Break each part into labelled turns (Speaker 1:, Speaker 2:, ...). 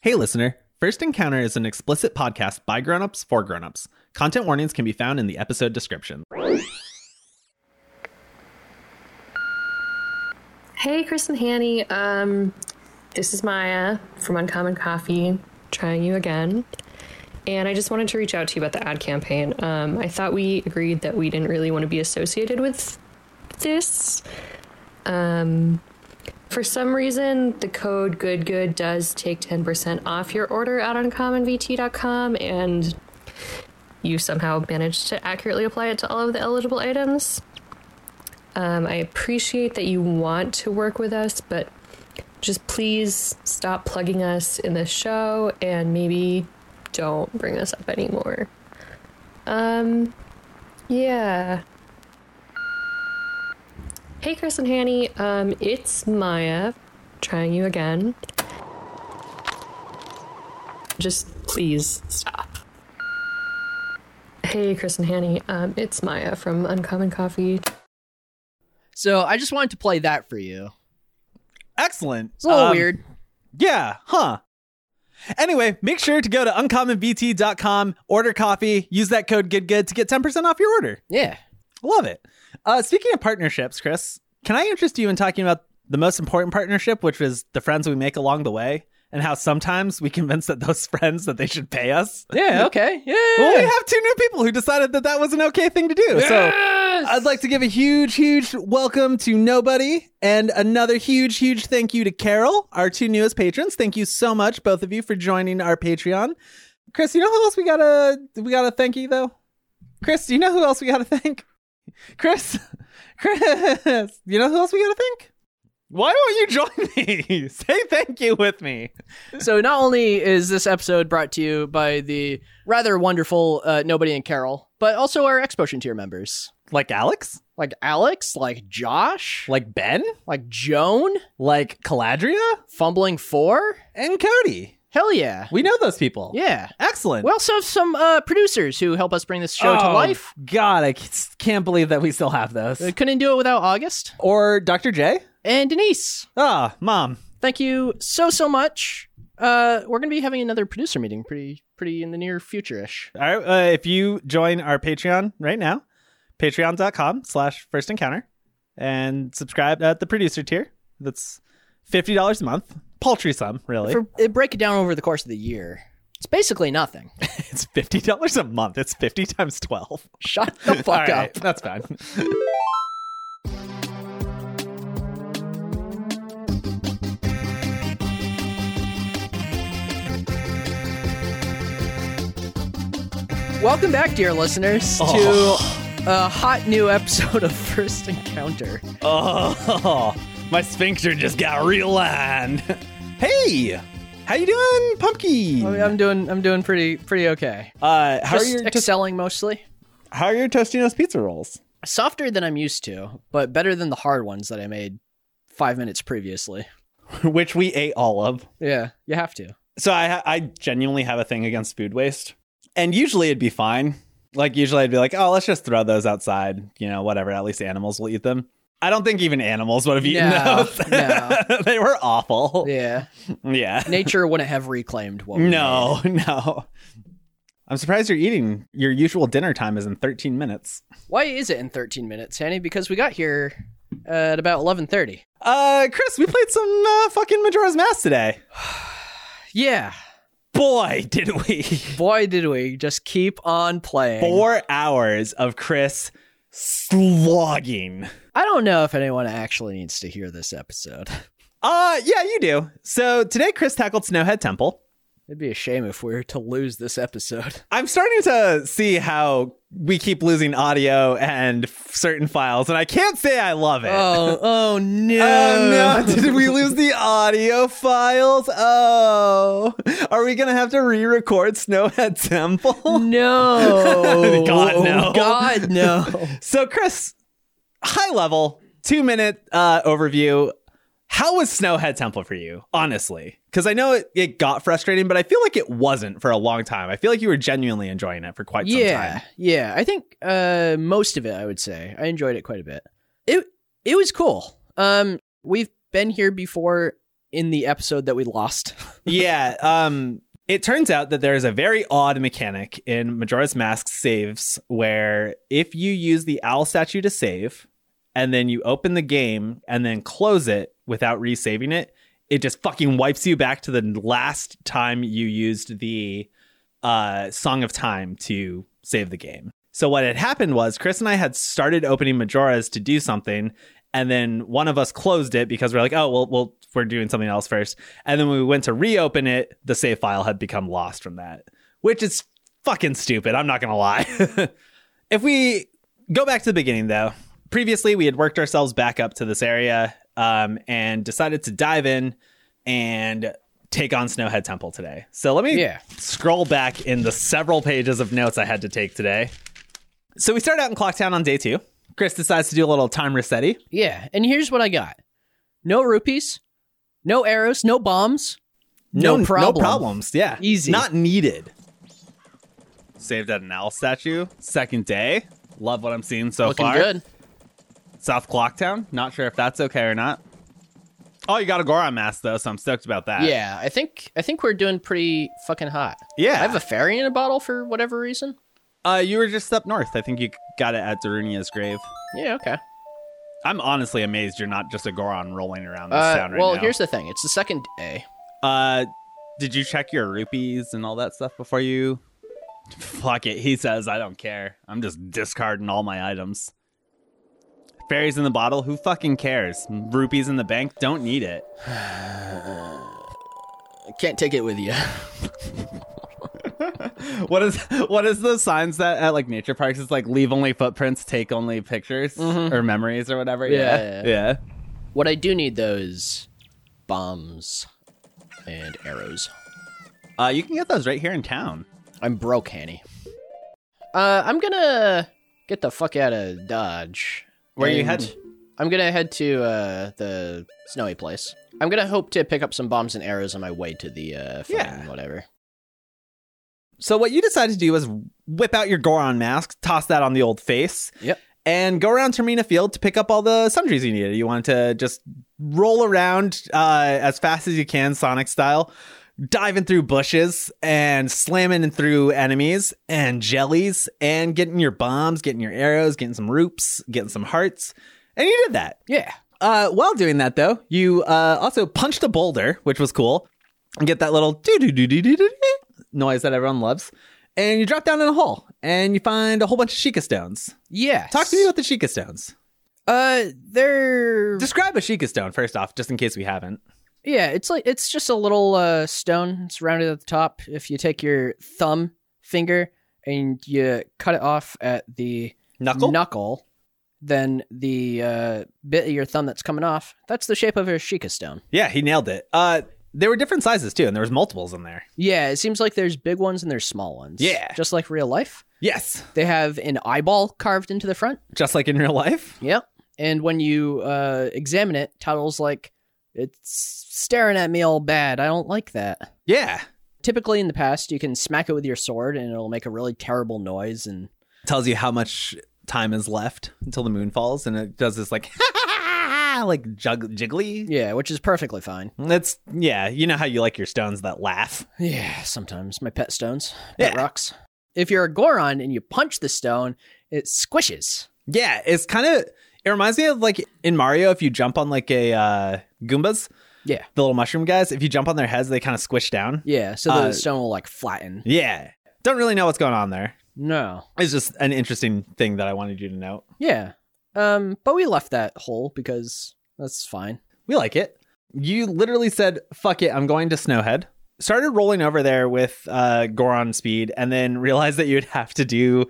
Speaker 1: Hey, listener. First Encounter is an explicit podcast by grown-ups for grown-ups. Content warnings can be found in the episode description.
Speaker 2: Hey, Chris and Hanny. Um, this is Maya from Uncommon Coffee, trying you again. And I just wanted to reach out to you about the ad campaign. Um, I thought we agreed that we didn't really want to be associated with this. Um, for some reason, the code good good does take 10% off your order at uncommonvt.com, and you somehow managed to accurately apply it to all of the eligible items. Um, I appreciate that you want to work with us, but just please stop plugging us in the show and maybe don't bring us up anymore. Um, yeah. Hey, Chris and Hanny. Um, it's Maya trying you again. Just please stop. Hey, Chris and Hanny. Um, it's Maya from Uncommon Coffee.
Speaker 3: So I just wanted to play that for you.
Speaker 1: Excellent.
Speaker 3: It's a little
Speaker 1: Um,
Speaker 3: weird.
Speaker 1: Yeah, huh. Anyway, make sure to go to uncommonvt.com, order coffee, use that code GoodGood to get 10% off your order.
Speaker 3: Yeah.
Speaker 1: Love it. Uh, speaking of partnerships, Chris, can I interest you in talking about the most important partnership, which is the friends we make along the way, and how sometimes we convince that those friends that they should pay us?
Speaker 3: Yeah. Okay. Yeah.
Speaker 1: Well, we have two new people who decided that that was an okay thing to do. So I'd like to give a huge, huge welcome to Nobody and another huge, huge thank you to Carol, our two newest patrons. Thank you so much, both of you, for joining our Patreon. Chris, you know who else we gotta we gotta thank you though? Chris, do you know who else we gotta thank? Chris, Chris, you know who else we gotta thank? Why won't you join me? Say thank you with me.
Speaker 3: so not only is this episode brought to you by the rather wonderful uh, Nobody and Carol, but also our Expotion tier members
Speaker 1: Like Alex?
Speaker 3: like Alex, like Josh, like,
Speaker 1: Like Ben?
Speaker 3: Joan,
Speaker 1: Like Caladria?
Speaker 3: Fumbling Four.
Speaker 1: And Cody.
Speaker 3: Hell yeah.
Speaker 1: We know those people.
Speaker 3: Yeah.
Speaker 1: Excellent.
Speaker 3: We also have some uh, producers who help us bring this show to
Speaker 1: Oh,
Speaker 3: life.
Speaker 1: God, I c- can't believe that we still have those.
Speaker 3: We couldn't do it without August
Speaker 1: Or Dr. J?
Speaker 3: and Denise.
Speaker 1: Ah, mom.
Speaker 3: thank you so so much. Uh, we're gonna be having another producer meeting pretty pretty in the near future ish.
Speaker 1: All right, uh, if you join our Patreon right now, patreon.com slash first encounter, and subscribe at the producer tier, that's $50 a month. Paltry sum, really.
Speaker 3: For it break it down over the course of the year. It's basically nothing.
Speaker 1: it's $50 a month. It's 50 times 12.
Speaker 3: Shut the fuck
Speaker 1: All
Speaker 3: up.
Speaker 1: right, That's fine.
Speaker 3: Welcome back, dear listeners,
Speaker 1: Oh.
Speaker 3: to a hot new episode of First Encounter.
Speaker 1: Oh, my sphincter just got realigned. hey, how you doing, Pumpkin?
Speaker 3: I mean, I'm doing I'm doing pretty pretty okay.
Speaker 1: Uh, how are
Speaker 3: Just
Speaker 1: your tos-
Speaker 3: excelling mostly.
Speaker 1: how are your Tostino's pizza rolls?
Speaker 3: Softer than I'm used to, but better than the hard ones that I made five minutes previously.
Speaker 1: Which we ate all of.
Speaker 3: Yeah, you have to.
Speaker 1: So I ha- I genuinely have a thing against food waste, and usually it'd be fine. Like usually I'd be like, oh, let's just throw those outside. You know, whatever. At least animals will eat them. I don't think even animals would have eaten
Speaker 3: No,
Speaker 1: those.
Speaker 3: no.
Speaker 1: they were awful.
Speaker 3: Yeah,
Speaker 1: Yeah.
Speaker 3: nature wouldn't have reclaimed what. we made.
Speaker 1: No, no. I'm surprised you're eating. Your usual dinner time is in 13 minutes.
Speaker 3: Why is it in 13 minutes, Hanny? Because we got here uh, at about 11:30.
Speaker 1: Uh, Chris, we played some uh, fucking Majora's Mask today.
Speaker 3: Yeah.
Speaker 1: Boy, did we.
Speaker 3: Boy, did we just keep on playing.
Speaker 1: Four hours of Chris slogging.
Speaker 3: I don't know if anyone actually needs to hear this episode.
Speaker 1: Uh, yeah, you do. So today, Chris tackled Snowhead Temple.
Speaker 3: It'd be a shame if we were to lose this episode.
Speaker 1: I'm starting to see how we keep losing audio and f- certain files, and I can't say I love it.
Speaker 3: Oh, oh no.
Speaker 1: Oh no, did we lose the audio files? Oh. Are we going to have to re-record Snowhead Temple?
Speaker 3: Oh, No.
Speaker 1: God, no.
Speaker 3: God, no.
Speaker 1: So Chris, high level, 2 minute uh overview. How was Snowhead Temple for you, honestly? Cuz I know it, it got frustrating, but I feel like it wasn't for a long time. I feel like you were genuinely enjoying it for quite some
Speaker 3: yeah
Speaker 1: time.
Speaker 3: yeah i think uh most of it i would say i enjoyed it quite a bit it it was cool um we've been here before in the episode that we lost.
Speaker 1: yeah. Um, it turns out that there is a very odd mechanic in Majora's Mask saves where if you use the owl statue to save and then you open the game and then close it without resaving it, it just fucking wipes you back to the last time you used the uh, Song of Time to save the game. So what had happened was Chris and I had started opening Majora's to do something, and then one of us closed it because we're like, oh well, well we're doing something else first. And then when we went to reopen it, the save file had become lost from that, which is fucking stupid. I'm not gonna lie. if we go back to the beginning though, previously we had worked ourselves back up to this area um, and decided to dive in and take on Snowhead Temple today. So let me
Speaker 3: Yeah.
Speaker 1: scroll back in the several pages of notes I had to take today. So we start out in Clocktown on day two. Chris decides to do a little time resetty.
Speaker 3: yeah, and here's what I got: no rupees, no arrows, no bombs. No problem.
Speaker 1: problems. Yeah.
Speaker 3: Easy.
Speaker 1: Not needed. Saved at an owl statue. Second day. Love what I'm seeing so
Speaker 3: Looking
Speaker 1: far.
Speaker 3: good.
Speaker 1: South Clocktown. Not sure if that's okay or not. Oh, you got a Goron mask though, so I'm stoked about that.
Speaker 3: Yeah, I think I think we're doing pretty fucking hot.
Speaker 1: Yeah.
Speaker 3: I have a fairy in a bottle for whatever reason.
Speaker 1: Uh, you were just up north. I think you got it at Darunia's grave.
Speaker 3: Yeah, okay.
Speaker 1: I'm honestly amazed you're not just a Goron rolling around this
Speaker 3: Uh,
Speaker 1: town right
Speaker 3: well,
Speaker 1: now.
Speaker 3: here's the thing: it's the second day.
Speaker 1: Uh, did you check your rupees and all that stuff before you? Fuck it. He says, I don't care. I'm just discarding all my items. Fairies in the bottle? Who fucking cares? Rupees in the bank? Don't need it.
Speaker 3: I can't take it with you.
Speaker 1: What is what is the signs that at like nature parks is like leave only footprints, take only pictures or memories or whatever?
Speaker 3: Yeah,
Speaker 1: Mm-hmm. Yeah. Yeah.
Speaker 3: what I do need though is bombs and arrows.
Speaker 1: Uh, you can get those right here in town.
Speaker 3: I'm broke, Hanny. Uh, I'm gonna get the fuck out of Dodge.
Speaker 1: Where you
Speaker 3: And
Speaker 1: heading?
Speaker 3: I'm gonna head to uh, the snowy place. I'm gonna hope to pick up some bombs and arrows on my way to the uh, fucking
Speaker 1: Yeah.
Speaker 3: whatever.
Speaker 1: So what you decided to do was whip out your Goron mask, toss that on the old face,
Speaker 3: Yep.
Speaker 1: and go around Termina Field to pick up all the sundries you needed. You want to just roll around uh, as fast as you can, Sonic style, diving through bushes and slamming through enemies and jellies and getting your bombs, getting your arrows, getting some roops, getting some hearts. And you did that.
Speaker 3: Yeah.
Speaker 1: Uh, while doing that, though, you uh, also punched a boulder, which was cool, and get that little doo doo doo doo doo doo noise that everyone loves. And you drop down in a hole, and you find a whole bunch of Sheikah stones.
Speaker 3: Yeah.
Speaker 1: Talk to me about the Sheikah stones.
Speaker 3: Uh, they're
Speaker 1: Describe a Sheikah stone first off, just in case we haven't.
Speaker 3: yeah. It's like it's just a little uh stone. It's rounded at the top. If you take your thumb finger and you cut it off at the
Speaker 1: Knuckle.
Speaker 3: knuckle, then the uh, bit of your thumb that's coming off, that's the shape of a Sheikah stone.
Speaker 1: yeah, he nailed it. Uh, there were different sizes too, and there was multiples in there.
Speaker 3: Yeah, it seems like there's big ones and there's small ones.
Speaker 1: Yeah.
Speaker 3: Just like real life.
Speaker 1: Yes,
Speaker 3: They have an eyeball carved into the front.
Speaker 1: just like in real life.
Speaker 3: Yep. And when you uh, examine it, Toddle's like, it's staring at me all bad. I don't like that.
Speaker 1: Yeah,
Speaker 3: Typically in the past, you can smack it with your sword and it'll make a really terrible noise and
Speaker 1: tells you how much time is left until the moon falls, and it does this like like jug- jiggly
Speaker 3: yeah, which is perfectly fine.
Speaker 1: That's yeah. You know how you like your stones that laugh.
Speaker 3: Yeah, sometimes my pet stones, pet
Speaker 1: Yeah.
Speaker 3: rocks. If you're a Goron and you punch the stone, it squishes.
Speaker 1: Yeah, it's kind of. It reminds me of like in Mario, if you jump on like a uh, Goombas,
Speaker 3: Yeah,
Speaker 1: the little mushroom guys. If you jump on their heads, they kind of squish down.
Speaker 3: yeah. So the
Speaker 1: Uh,
Speaker 3: stone will like flatten.
Speaker 1: Yeah, don't really know what's going on there.
Speaker 3: No,
Speaker 1: It's just an interesting thing that I wanted you to note.
Speaker 3: yeah. Um, but we left that hole because that's fine.
Speaker 1: We like it. You literally said, "Fuck it, I'm going to Snowhead." Started rolling over there with uh, Goron speed, and then realized that you'd have to do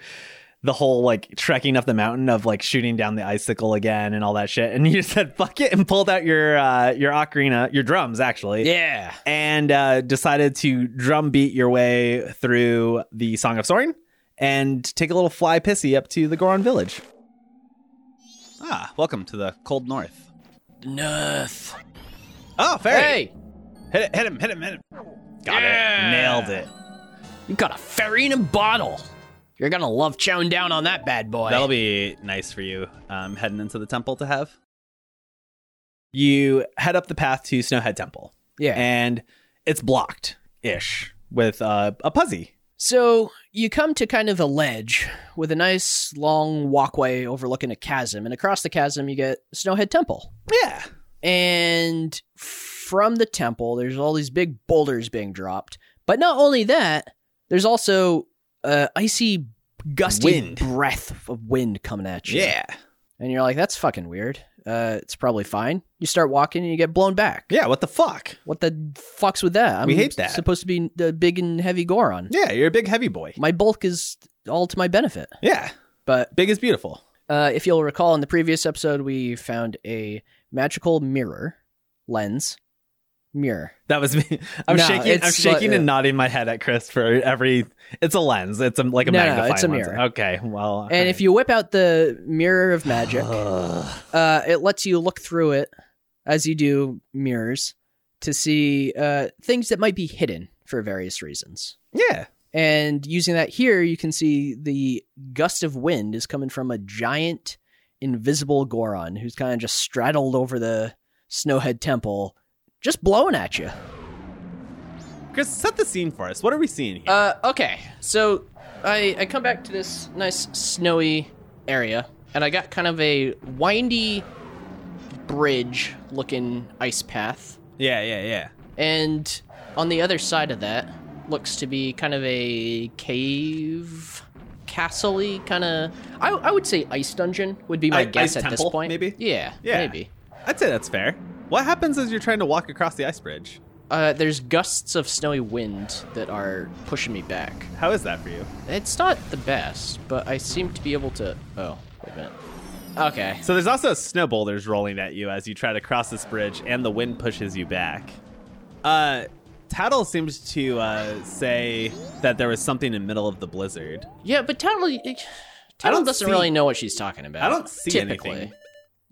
Speaker 1: the whole like trekking up the mountain of like shooting down the icicle again and all that shit. And you said, "Fuck it," and pulled out your uh, your ocarina, your drums actually,
Speaker 3: Yeah,
Speaker 1: and uh, decided to drum beat your way through the Song of Soaring and take a little fly pissy up to the Goron village. Ah, welcome to the cold north.
Speaker 3: Nuth.
Speaker 1: Oh, fairy.
Speaker 3: Hey,
Speaker 1: Hit it, hit him, hit him, hit him. Got
Speaker 3: Yeah.
Speaker 1: it. Nailed it.
Speaker 3: you got a fairy in a bottle. You're gonna love chowing down on that bad boy.
Speaker 1: That'll be nice for you um, heading into the temple to have. you head up the path to Snowhead Temple.
Speaker 3: Yeah.
Speaker 1: And it's blocked ish with uh, a puzzy.
Speaker 3: So you come to kind of a ledge with a nice long walkway overlooking a chasm, and across the chasm you get Snowhead Temple.
Speaker 1: Yeah.
Speaker 3: And from the temple, there's all these big boulders being dropped. But not only that, there's also uh, icy, gusty
Speaker 1: Wind.
Speaker 3: breath of wind coming at you.
Speaker 1: Yeah.
Speaker 3: And you're like, that's fucking weird. Uh, it's probably fine. You start walking and you get blown back.
Speaker 1: Yeah. What the fuck?
Speaker 3: What the fuck's with that? I'm
Speaker 1: We hate that.
Speaker 3: Supposed to be the big and heavy Goron.
Speaker 1: Yeah. You're a big heavy boy.
Speaker 3: My bulk is all to my benefit.
Speaker 1: Yeah.
Speaker 3: But
Speaker 1: Big is beautiful.
Speaker 3: uh, if you'll recall, in the previous episode, we found a magical mirror lens mirror.
Speaker 1: That was me. I'm
Speaker 3: No,
Speaker 1: shaking. I'm
Speaker 3: it's
Speaker 1: shaking
Speaker 3: like-
Speaker 1: and nodding my head at Chris for every. It's a lens. It's a, like a
Speaker 3: No, no,
Speaker 1: magnifying
Speaker 3: it's a
Speaker 1: lens.
Speaker 3: mirror.
Speaker 1: Okay. Well.
Speaker 3: And if you whip out the mirror of magic, uh, it lets you look through it as you do mirrors to see uh, things that might be hidden for various reasons.
Speaker 1: yeah.
Speaker 3: And using that here, you can see the gust of wind is coming from a giant invisible Goron who's kind of just straddled over the Snowhead Temple, just blowing at you.
Speaker 1: Chris, set the scene for us. What are we seeing here?
Speaker 3: Uh, okay, so I, I come back to this nice snowy area, and I got kind of a windy bridge looking ice path
Speaker 1: yeah. Yeah. Yeah.
Speaker 3: And on the other side of that looks to be kind of a cave, castle kind of. I, I would say ice dungeon would be my
Speaker 1: I-
Speaker 3: guess
Speaker 1: ice
Speaker 3: at
Speaker 1: temple,
Speaker 3: this point.
Speaker 1: maybe?
Speaker 3: Yeah,
Speaker 1: Yeah.
Speaker 3: maybe.
Speaker 1: I'd say that's fair. What happens as you're trying to walk across the ice bridge?
Speaker 3: Uh, there's gusts of snowy wind that are pushing me back.
Speaker 1: How is that for you?
Speaker 3: It's not the best, but I seem to be able to. Oh, wait a minute. Okay.
Speaker 1: So there's also snow boulders rolling at you as you try to cross this bridge, and the wind pushes you back. Uh, Tattle seems to uh, say that there was something in the middle of the blizzard.
Speaker 3: Yeah, but Tattle, Tattle doesn't
Speaker 1: see-
Speaker 3: really know what she's talking about.
Speaker 1: I don't see
Speaker 3: typically.
Speaker 1: anything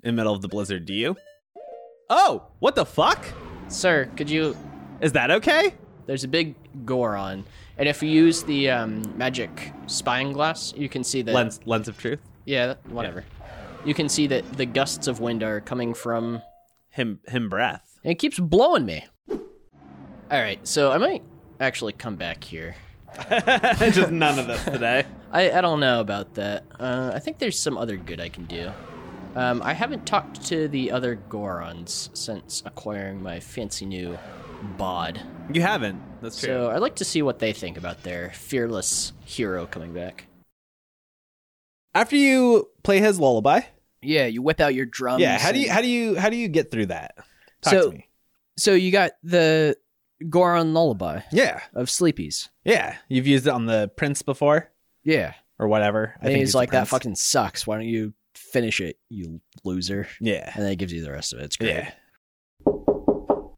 Speaker 1: in the middle of the blizzard. Do you? Oh, what the fuck?
Speaker 3: Sir, could you
Speaker 1: Is that okay?
Speaker 3: There's a big Goron, and if you use the um, magic spying glass, you can see that.
Speaker 1: Lens, lens of truth.
Speaker 3: Yeah, whatever. You can see that the gusts of wind are coming from.
Speaker 1: Him, him breath.
Speaker 3: And it keeps blowing me. All right, so I might actually come back here.
Speaker 1: Just none of this today.
Speaker 3: I, I don't know about that. Uh, I think there's some other good I can do. Um, I haven't talked to the other Gorons since acquiring my fancy new bod.
Speaker 1: You haven't. That's true.
Speaker 3: So I'd like to see what they think about their fearless hero coming back.
Speaker 1: After you play his lullaby,
Speaker 3: Yeah, you whip out your drums.
Speaker 1: yeah. How do you
Speaker 3: and-
Speaker 1: how do you how do you get through that? Talk
Speaker 3: Um, So-
Speaker 1: to me.
Speaker 3: so you got the Goron lullaby
Speaker 1: Yeah,
Speaker 3: of Sleepies.
Speaker 1: yeah. You've used it on the prince before
Speaker 3: Yeah,
Speaker 1: or whatever.
Speaker 3: and he's
Speaker 1: the
Speaker 3: like, "That
Speaker 1: Prince."
Speaker 3: fucking sucks. Why don't you finish it, you loser?"
Speaker 1: Yeah,
Speaker 3: And then he gives you the rest of it. It's great.
Speaker 1: yeah.
Speaker 3: Whoa,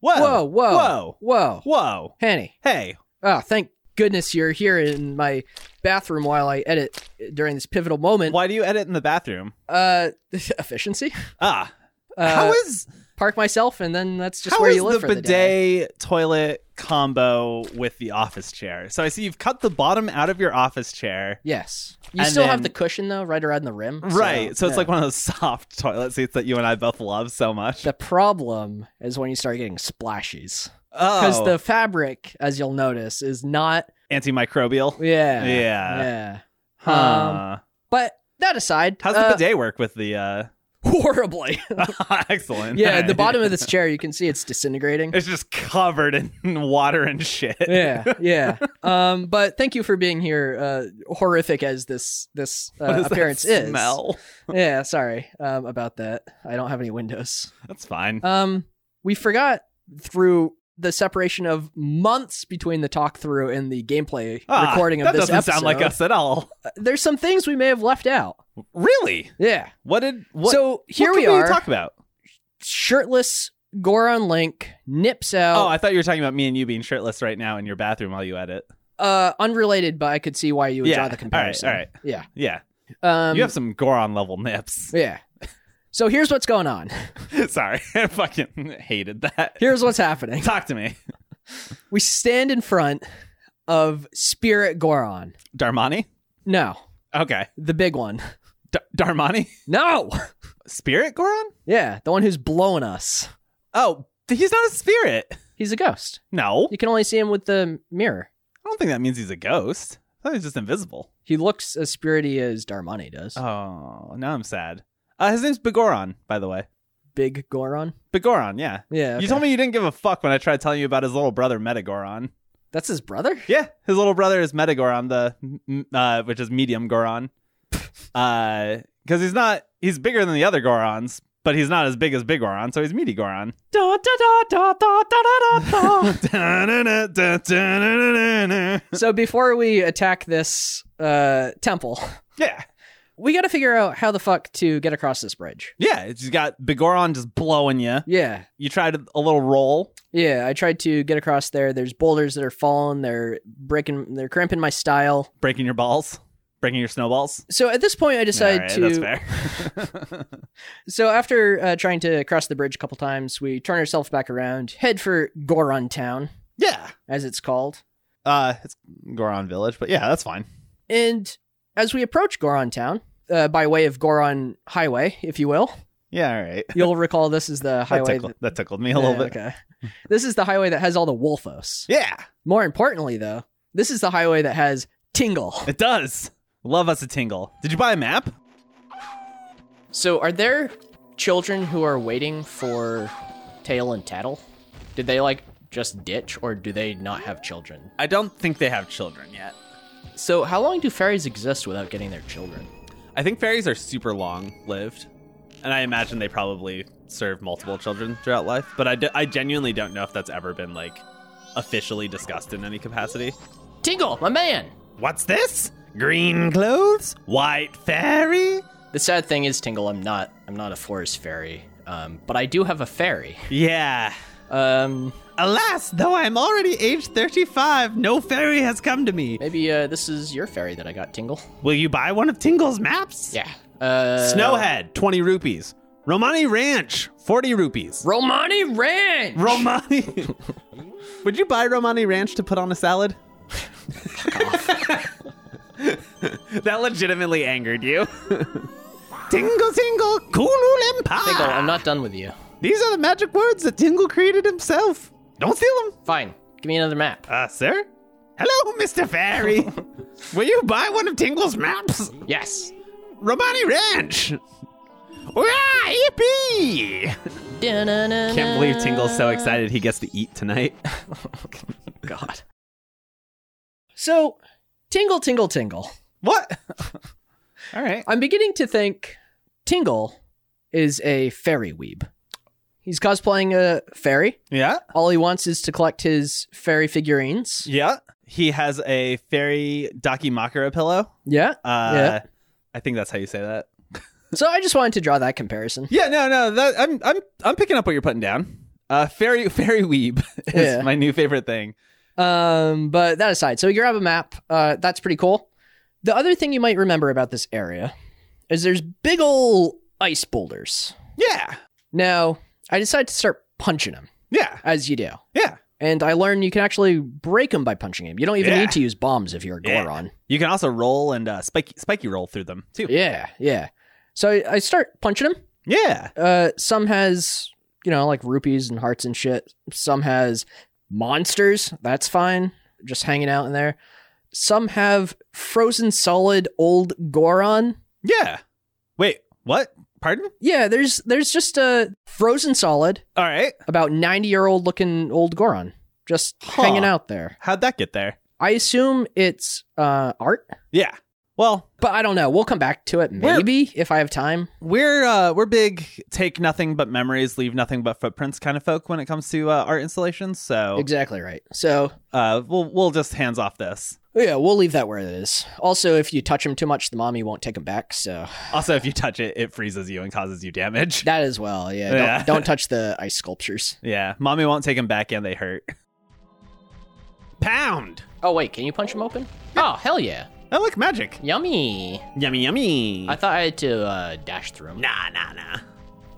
Speaker 1: Whoa,
Speaker 3: whoa, whoa,
Speaker 1: whoa,
Speaker 3: whoa,
Speaker 1: whoa.
Speaker 3: Hanny.
Speaker 1: Hey,
Speaker 3: Oh, thank goodness you're here in my bathroom while I edit during this pivotal moment.
Speaker 1: why do you edit in the bathroom?
Speaker 3: Uh, efficiency.
Speaker 1: Ah,
Speaker 3: Uh,
Speaker 1: how is
Speaker 3: park myself, and then that's just
Speaker 1: How
Speaker 3: where
Speaker 1: is
Speaker 3: you
Speaker 1: the
Speaker 3: live for
Speaker 1: bidet
Speaker 3: the day.
Speaker 1: toilet combo with the office chair? So I see you've cut the bottom out of your office chair.
Speaker 3: Yes, you
Speaker 1: And
Speaker 3: still
Speaker 1: then-
Speaker 3: have the cushion though, right around the rim.
Speaker 1: Right. So it's
Speaker 3: yeah.
Speaker 1: like one of those soft toilet seats that you and I both love so much.
Speaker 3: The problem is when you start getting splashes. Because
Speaker 1: Oh,
Speaker 3: the fabric, as you'll notice, is not.
Speaker 1: antimicrobial.
Speaker 3: Yeah.
Speaker 1: Yeah.
Speaker 3: Yeah. Um,
Speaker 1: Huh.
Speaker 3: But that aside,
Speaker 1: How's
Speaker 3: uh,
Speaker 1: the bidet work with the uh
Speaker 3: Horribly.
Speaker 1: excellent.
Speaker 3: yeah, the
Speaker 1: Alright.
Speaker 3: bottom of this chair, you can see it's disintegrating.
Speaker 1: It's just covered in water and shit.
Speaker 3: yeah, uh, yeah. Um, but thank you for being here. Uh, horrific as this this
Speaker 1: What
Speaker 3: uh,
Speaker 1: is that
Speaker 3: appearance is.
Speaker 1: smell?
Speaker 3: Yeah, sorry um, about that. I don't have any windows.
Speaker 1: That's fine.
Speaker 3: Um, we forgot through the separation of months between the talk through and the gameplay
Speaker 1: Ah,
Speaker 3: recording of
Speaker 1: that
Speaker 3: this
Speaker 1: doesn't
Speaker 3: episode.
Speaker 1: sound like us at all.
Speaker 3: There's some things we may have left out.
Speaker 1: Really?
Speaker 3: Yeah.
Speaker 1: What did what
Speaker 3: so here
Speaker 1: what
Speaker 3: we
Speaker 1: can
Speaker 3: are,
Speaker 1: talk about?
Speaker 3: shirtless Goron Link nips
Speaker 1: Oh,
Speaker 3: out.
Speaker 1: I thought you were talking about me and you being shirtless right now in your bathroom while you edit.
Speaker 3: uh, unrelated, but I could see why you would
Speaker 1: Yeah,
Speaker 3: draw the comparison.
Speaker 1: all right,
Speaker 3: Yeah.
Speaker 1: Yeah.
Speaker 3: Um,
Speaker 1: you have some Goron level nips.
Speaker 3: yeah. So here's what's going on.
Speaker 1: Sorry. I fucking hated that.
Speaker 3: Here's what's happening.
Speaker 1: Talk to me.
Speaker 3: We stand in front of Spirit Goron.
Speaker 1: Darmani?
Speaker 3: No,
Speaker 1: Okay.
Speaker 3: the big one.
Speaker 1: D- Darmani?
Speaker 3: No.
Speaker 1: Spirit Goron?
Speaker 3: Yeah, the one who's blowing us.
Speaker 1: Oh, he's not a spirit.
Speaker 3: He's a ghost.
Speaker 1: No.
Speaker 3: You can only see him with the mirror.
Speaker 1: I don't think that means he's a ghost. I thought he's just invisible.
Speaker 3: He looks as spirity as Darmani does.
Speaker 1: Oh, now I'm sad. Uh, his name's Begoron, by the way.
Speaker 3: Big Goron.
Speaker 1: Begoron, yeah.
Speaker 3: Yeah, okay.
Speaker 1: You told me you didn't give a fuck when I tried telling you about his little brother Metagoron.
Speaker 3: that's his brother.
Speaker 1: Yeah, his little brother is Metagoron, the m- uh, which is medium Goron. Because he's not, he's bigger than the other Gorons, but he's not as big as Big Goron, so he's meaty Goron.
Speaker 3: Da, da, da, da, da, da, da, da.
Speaker 1: yeah.
Speaker 3: so before we attack this uh, temple, we got to figure out how the fuck to get across this bridge.
Speaker 1: Yeah, it's just got Begoron just blowing you.
Speaker 3: Yeah,
Speaker 1: You tried a little roll.
Speaker 3: yeah. I tried to get across there. There's boulders that are falling. They're breaking. They're crimping my style.
Speaker 1: breaking your balls, breaking your snowballs.
Speaker 3: So at this point, I decided
Speaker 1: All right,
Speaker 3: to.
Speaker 1: That's fair.
Speaker 3: So after uh, trying to cross the bridge a couple times, we turn ourselves back around, head for Goron Town,
Speaker 1: yeah.
Speaker 3: as it's called.
Speaker 1: Uh, it's Goron Village, but yeah, that's fine.
Speaker 3: And as we approach Goron Town, uh, by way of Goron Highway, if you will,
Speaker 1: Yeah, all right.
Speaker 3: you'll recall this is the
Speaker 1: That
Speaker 3: highway.
Speaker 1: tickled, that tickled me a little
Speaker 3: Yeah,
Speaker 1: bit.
Speaker 3: Okay. This is the highway that has all the Wolfos.
Speaker 1: Yeah,
Speaker 3: More importantly, though, this is the highway that has Tingle.
Speaker 1: it does. Love us a tingle. Did you buy a map?
Speaker 3: So, are there children who are waiting for Tail and Tattle? Did they like just ditch, or do they not have children?
Speaker 1: I don't think they have children yet.
Speaker 3: So, how long do fairies exist without getting their children?
Speaker 1: I think fairies are super long lived, and I imagine they probably serve multiple children throughout life. But I, d- I genuinely don't know if that's ever been like officially discussed in any capacity.
Speaker 3: Tingle, my man.
Speaker 1: What's this? Green clothes? White fairy?
Speaker 3: The sad thing is, Tingle, I'm not. I'm not a forest fairy, um, but I do have a fairy.
Speaker 1: Yeah.
Speaker 3: Um,
Speaker 1: Alas, though I am already aged 35, no fairy has come to me.
Speaker 3: maybe uh, this is your fairy that I got, Tingle.
Speaker 1: Will you buy one of Tingle's maps?
Speaker 3: Yeah. Uh,
Speaker 1: Snowhead, 20 rupees. Romani Ranch, 40 rupees.
Speaker 3: Romani Ranch.
Speaker 1: Romani. Would you buy Romani Ranch to put on a salad? that legitimately angered you. tingle, tingle, Kulu Empire.
Speaker 3: Tingle, I'm not done with you.
Speaker 1: These are the magic words that Tingle created himself. Don't steal them.
Speaker 3: Fine. Give me another map.
Speaker 1: Uh, sir? Hello, Mr. Fairy. Will you buy one of Tingle's maps?
Speaker 3: Yes.
Speaker 1: Romani Ranch! Hurrah, yippee! Can't
Speaker 3: Can't
Speaker 1: believe Tingle's so excited he gets to eat tonight.
Speaker 3: God. So, tingle, tingle, tingle.
Speaker 1: What? All right.
Speaker 3: I'm beginning to think Tingle is a fairy weeb. He's cosplaying a fairy.
Speaker 1: Yeah.
Speaker 3: All he wants is to collect his fairy figurines.
Speaker 1: Yeah. He has a fairy Dakimakura pillow.
Speaker 3: Yeah.
Speaker 1: Uh,
Speaker 3: Yeah.
Speaker 1: I think that's how you say that.
Speaker 3: So I just wanted to draw that comparison.
Speaker 1: Yeah, no, no. That, I'm, I'm, I'm picking up what you're putting down. Uh, fairy, fairy weeb is
Speaker 3: Yeah.
Speaker 1: my new favorite thing.
Speaker 3: Um, but that aside, so you grab a map. Uh, that's pretty cool. The other thing you might remember about this area is there's big ol' ice boulders.
Speaker 1: Yeah,
Speaker 3: Now, I decided to start punching them,
Speaker 1: yeah,
Speaker 3: as you do.
Speaker 1: yeah.
Speaker 3: And I learned you can actually break them by punching him. You don't even
Speaker 1: Yeah.
Speaker 3: need to use bombs if you're a
Speaker 1: Yeah.
Speaker 3: Goron.
Speaker 1: You can also roll and uh, spiky, spiky roll through them too.
Speaker 3: Yeah, yeah. So I, I start punching him.
Speaker 1: Yeah.
Speaker 3: Uh, some has, you know, like rupees and hearts and shit. Some has monsters. That's fine. Just hanging out in there. Some have frozen solid old Goron.
Speaker 1: Yeah. Wait, what? Pardon?
Speaker 3: Yeah, there's there's just a frozen solid,
Speaker 1: All right.
Speaker 3: about ninety year old looking old Goron, just
Speaker 1: Huh.
Speaker 3: hanging out there.
Speaker 1: How'd that get there?
Speaker 3: I assume it's uh, art.
Speaker 1: Yeah. Well,
Speaker 3: But I don't know. We'll come back to it
Speaker 1: We're-
Speaker 3: maybe if I have time.
Speaker 1: we're uh we're big take nothing but memories, leave nothing but footprints kind of folk when it comes to uh, art installations. So
Speaker 3: Exactly right. So
Speaker 1: uh we'll we'll just hands off this.
Speaker 3: yeah, we'll leave that where it is. Also, if you touch him too much, the mommy won't take him back. So
Speaker 1: Also, if you touch it, it freezes you and causes you damage.
Speaker 3: that as well. Yeah.
Speaker 1: Yeah.
Speaker 3: Don't, don't touch the ice sculptures.
Speaker 1: Yeah. Mommy won't take them back and they hurt. Pound.
Speaker 4: Oh wait, can you punch him open? Oh hell yeah,
Speaker 1: Oh look, magic.
Speaker 4: yummy!
Speaker 1: Yummy yummy.
Speaker 4: I thought I had to uh, dash through him.
Speaker 1: nah, nah, nah.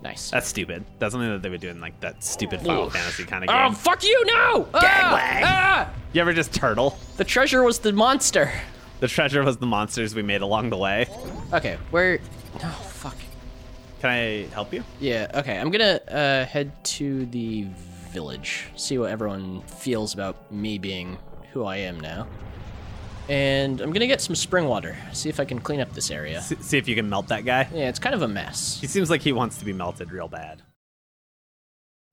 Speaker 4: Nice.
Speaker 1: That's stupid. That's something that they would do in like that stupid Final
Speaker 4: Oof.
Speaker 1: Fantasy kind of game.
Speaker 4: Oh fuck you! No! Ah!
Speaker 1: Gangway.
Speaker 4: Ah!
Speaker 1: You ever just turtle?
Speaker 4: The treasure was the monster.
Speaker 1: The treasure was the monsters we made along the way.
Speaker 5: Okay, where? Oh fuck.
Speaker 1: Can I help you?
Speaker 5: Yeah. Okay, I'm gonna uh, head to the village, see what everyone feels about me being who I am now, and I'm gonna get some spring water, see if I can clean up this area.
Speaker 1: S- see if you can melt that guy.
Speaker 5: Yeah, it's kind of a mess.
Speaker 1: He seems like he wants to be melted real bad.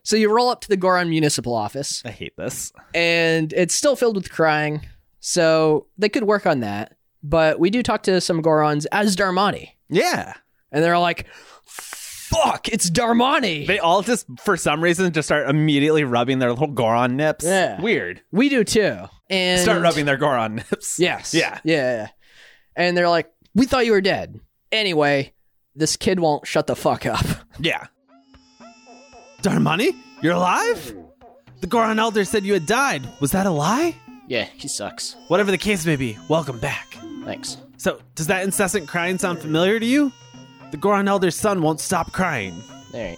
Speaker 3: So you roll up to the Goron Municipal Office,
Speaker 1: I hate this.
Speaker 3: and it's still filled with crying. So they could work on that. But we do talk to some Gorons as Darmani,
Speaker 6: Yeah.
Speaker 3: and they're all like, "Fuck, it's Darmani."
Speaker 1: They all just, for some reason, just start immediately rubbing their little Goron nips.
Speaker 3: Yeah.
Speaker 1: Weird.
Speaker 3: we do too. And
Speaker 1: Start rubbing their Goron nips.
Speaker 3: Yes.
Speaker 1: Yeah.
Speaker 3: Yeah. yeah. And they're like, "We thought you were dead." Anyway, this kid won't shut the fuck up.
Speaker 6: Yeah. Darmani, you're alive? The Goron Elder said you had died. Was that a lie?
Speaker 5: Yeah, he sucks.
Speaker 6: Whatever the case may be, welcome back.
Speaker 5: Thanks.
Speaker 6: So, does that incessant crying sound familiar to you? The Goron Elder's son won't stop crying.
Speaker 5: All right.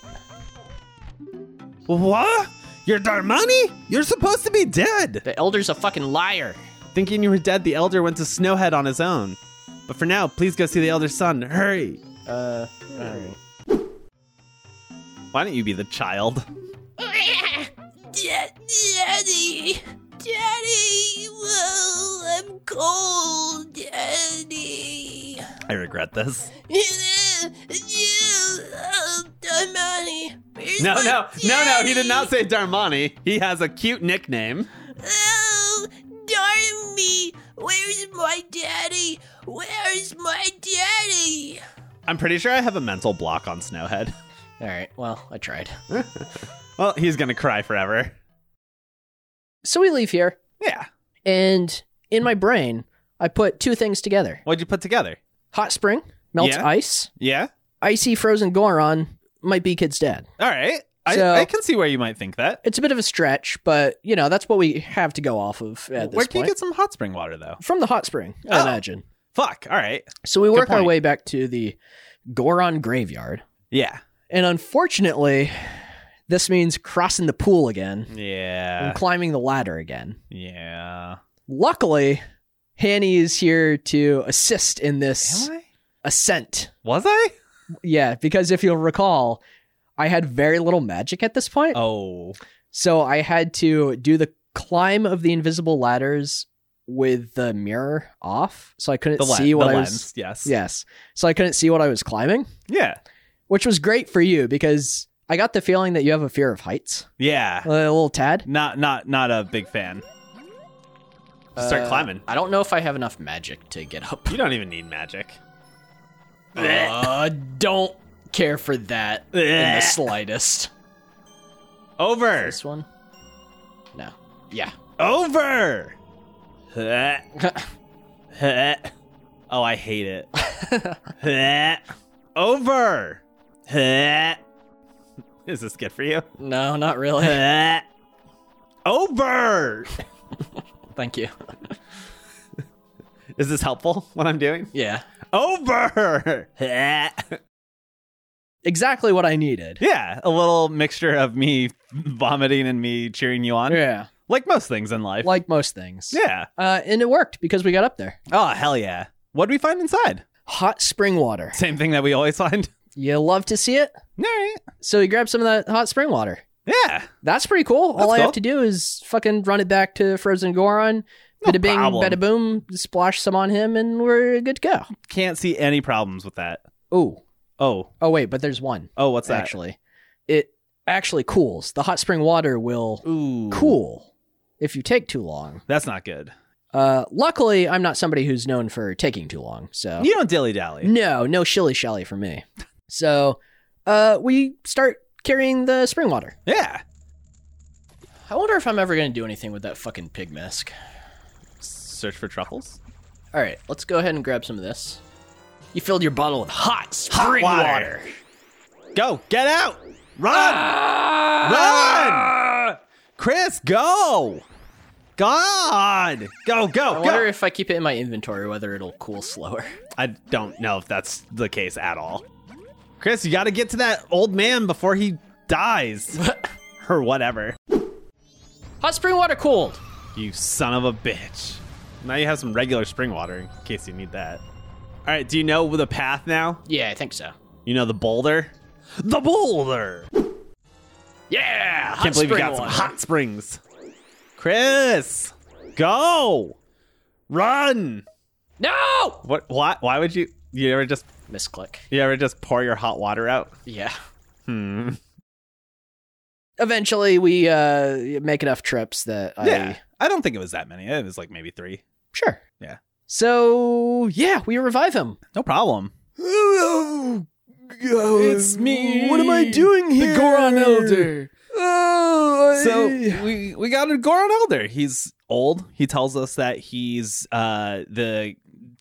Speaker 6: What? You're Darmani? You're supposed to be dead.
Speaker 5: The elder's a fucking liar.
Speaker 6: Thinking you were dead, the Elder went to Snowhead on his own. But for now, please go see the Elder's son. Hurry.
Speaker 5: Uh. All right.
Speaker 1: Why don't you be the child?
Speaker 7: Daddy, Daddy, well, I'm cold, Daddy.
Speaker 1: I regret this.
Speaker 7: I'm Annie. Where's
Speaker 1: No,
Speaker 7: my
Speaker 1: no, no, no. He did not
Speaker 7: daddy?
Speaker 1: say Darmani. He has a cute nickname.
Speaker 7: Oh, darn me. Where's my daddy? Where's my daddy?
Speaker 1: I'm pretty sure I have a mental block on Snowhead.
Speaker 5: All right. Well, I tried.
Speaker 1: Well, he's gonna cry forever.
Speaker 3: So we leave here,
Speaker 1: Yeah.
Speaker 3: and in my brain, I put two things together:
Speaker 1: What'd you put together?
Speaker 3: hot spring melts
Speaker 1: Yeah.
Speaker 3: ice,
Speaker 1: Yeah.
Speaker 3: icy frozen Goron might be kid's dad.
Speaker 1: All right. I,
Speaker 3: So-
Speaker 1: I can see where you might think that.
Speaker 3: It's a bit of a stretch, but you know that's what we have to go off of at this
Speaker 1: Where can
Speaker 3: point.
Speaker 1: you get some hot spring water though?
Speaker 3: From the hot spring, I
Speaker 1: Oh.
Speaker 3: imagine.
Speaker 1: Fuck. All right.
Speaker 3: So we work our
Speaker 1: point.
Speaker 3: way back to the Goron graveyard,
Speaker 1: Yeah.
Speaker 3: and unfortunately, this means crossing the pool again
Speaker 1: Yeah.
Speaker 3: and climbing the ladder again.
Speaker 1: Yeah.
Speaker 3: Luckily, Hanny is here to assist in this
Speaker 1: Am I?
Speaker 3: ascent.
Speaker 1: Was I?
Speaker 3: Yeah, because if you'll recall, I had very little magic at this point.
Speaker 1: Oh.
Speaker 3: So I had to do the climb of the invisible ladders with the mirror off. So I couldn't
Speaker 1: The, le-
Speaker 3: see
Speaker 1: the
Speaker 3: what I
Speaker 1: lens.
Speaker 3: was.
Speaker 1: Yes.
Speaker 3: Yes. So I couldn't see what I was climbing,
Speaker 1: Yeah.
Speaker 3: which was great for you because I got the feeling that you have a fear of heights.
Speaker 1: Yeah.
Speaker 3: A little tad.
Speaker 1: Not not not a big fan. Just Start
Speaker 5: Uh,
Speaker 1: climbing.
Speaker 5: I don't know if I have enough magic to get up.
Speaker 1: You don't even need magic.
Speaker 5: Uh, don't care for that in the slightest.
Speaker 1: Over.
Speaker 5: This one? No. Yeah.
Speaker 1: Over. oh, I hate it. Over. Is this good for you?
Speaker 5: No, not really.
Speaker 1: Over.
Speaker 5: Thank you.
Speaker 1: Is this helpful? What I'm doing?
Speaker 5: Yeah.
Speaker 1: Over. yeah,
Speaker 3: Exactly what I needed.
Speaker 1: a little mixture of me vomiting and me cheering you on,
Speaker 3: Yeah.
Speaker 1: like most things in life.
Speaker 3: Like most things.
Speaker 1: yeah.
Speaker 3: Uh, and it worked because we got up there.
Speaker 1: Oh hell yeah. What do we find inside?
Speaker 3: hot spring water.
Speaker 1: Same thing that we always find.
Speaker 3: You love to see it,
Speaker 1: All right.
Speaker 3: so you grab some of that hot spring water.
Speaker 1: Yeah.
Speaker 3: That's pretty cool. All
Speaker 1: That's
Speaker 3: I
Speaker 1: cool.
Speaker 3: have to do is fucking run it back to Frozen Goron.
Speaker 1: No
Speaker 3: bada bing,
Speaker 1: problem.
Speaker 3: bada boom, splash some on him, and we're good to
Speaker 1: Can't see any problems with that.
Speaker 3: go. Ooh.
Speaker 1: Oh.
Speaker 3: Oh, wait, but there's one,
Speaker 1: Oh, what's that?
Speaker 3: actually. It actually cools. The hot spring water will
Speaker 1: Ooh.
Speaker 3: cool if you take too long.
Speaker 1: That's not good.
Speaker 3: Uh, luckily, I'm not somebody who's known for taking too long, so.
Speaker 1: You don't dilly dally.
Speaker 3: No, no shilly shally for me. So, uh, we start carrying the spring water.
Speaker 1: Yeah.
Speaker 5: I wonder if I'm ever going to do anything with that fucking pig mask.
Speaker 1: Search for truffles.
Speaker 5: All right, let's go ahead and grab some of this. You filled your bottle with hot spring water.
Speaker 1: water. Go. Get out. Run. Run. Chris, go. God. Go, go,
Speaker 5: I
Speaker 1: go.
Speaker 5: wonder if I keep it in my inventory whether it'll cool slower.
Speaker 1: I don't know if that's the case at all. Chris, you got to get to that old man before he dies or whatever.
Speaker 5: Hot spring water cooled.
Speaker 1: You son of a bitch. Now you have some regular spring water in case you need that. All right, do you know the path now?
Speaker 8: Yeah, I think so.
Speaker 1: You know the boulder? The boulder!
Speaker 8: Yeah,
Speaker 1: Can't believe you got some hot springs. Chris, go! Run!
Speaker 8: No,
Speaker 1: What? Why? Why would you? You ever just?
Speaker 8: misclick.
Speaker 1: You ever just pour your hot water out?
Speaker 8: Yeah,
Speaker 1: Hmm.
Speaker 3: Eventually, we uh, make enough trips that
Speaker 1: Yeah.
Speaker 3: I
Speaker 1: I don't think it was that many. It was like maybe three.
Speaker 3: sure.
Speaker 1: Yeah.
Speaker 3: So yeah, we revive him.
Speaker 1: No problem.
Speaker 3: It's
Speaker 9: me. What am I doing
Speaker 3: here? The Goron
Speaker 9: Elder.
Speaker 1: So we we got a Goron Elder. He's old. He tells us that he's uh the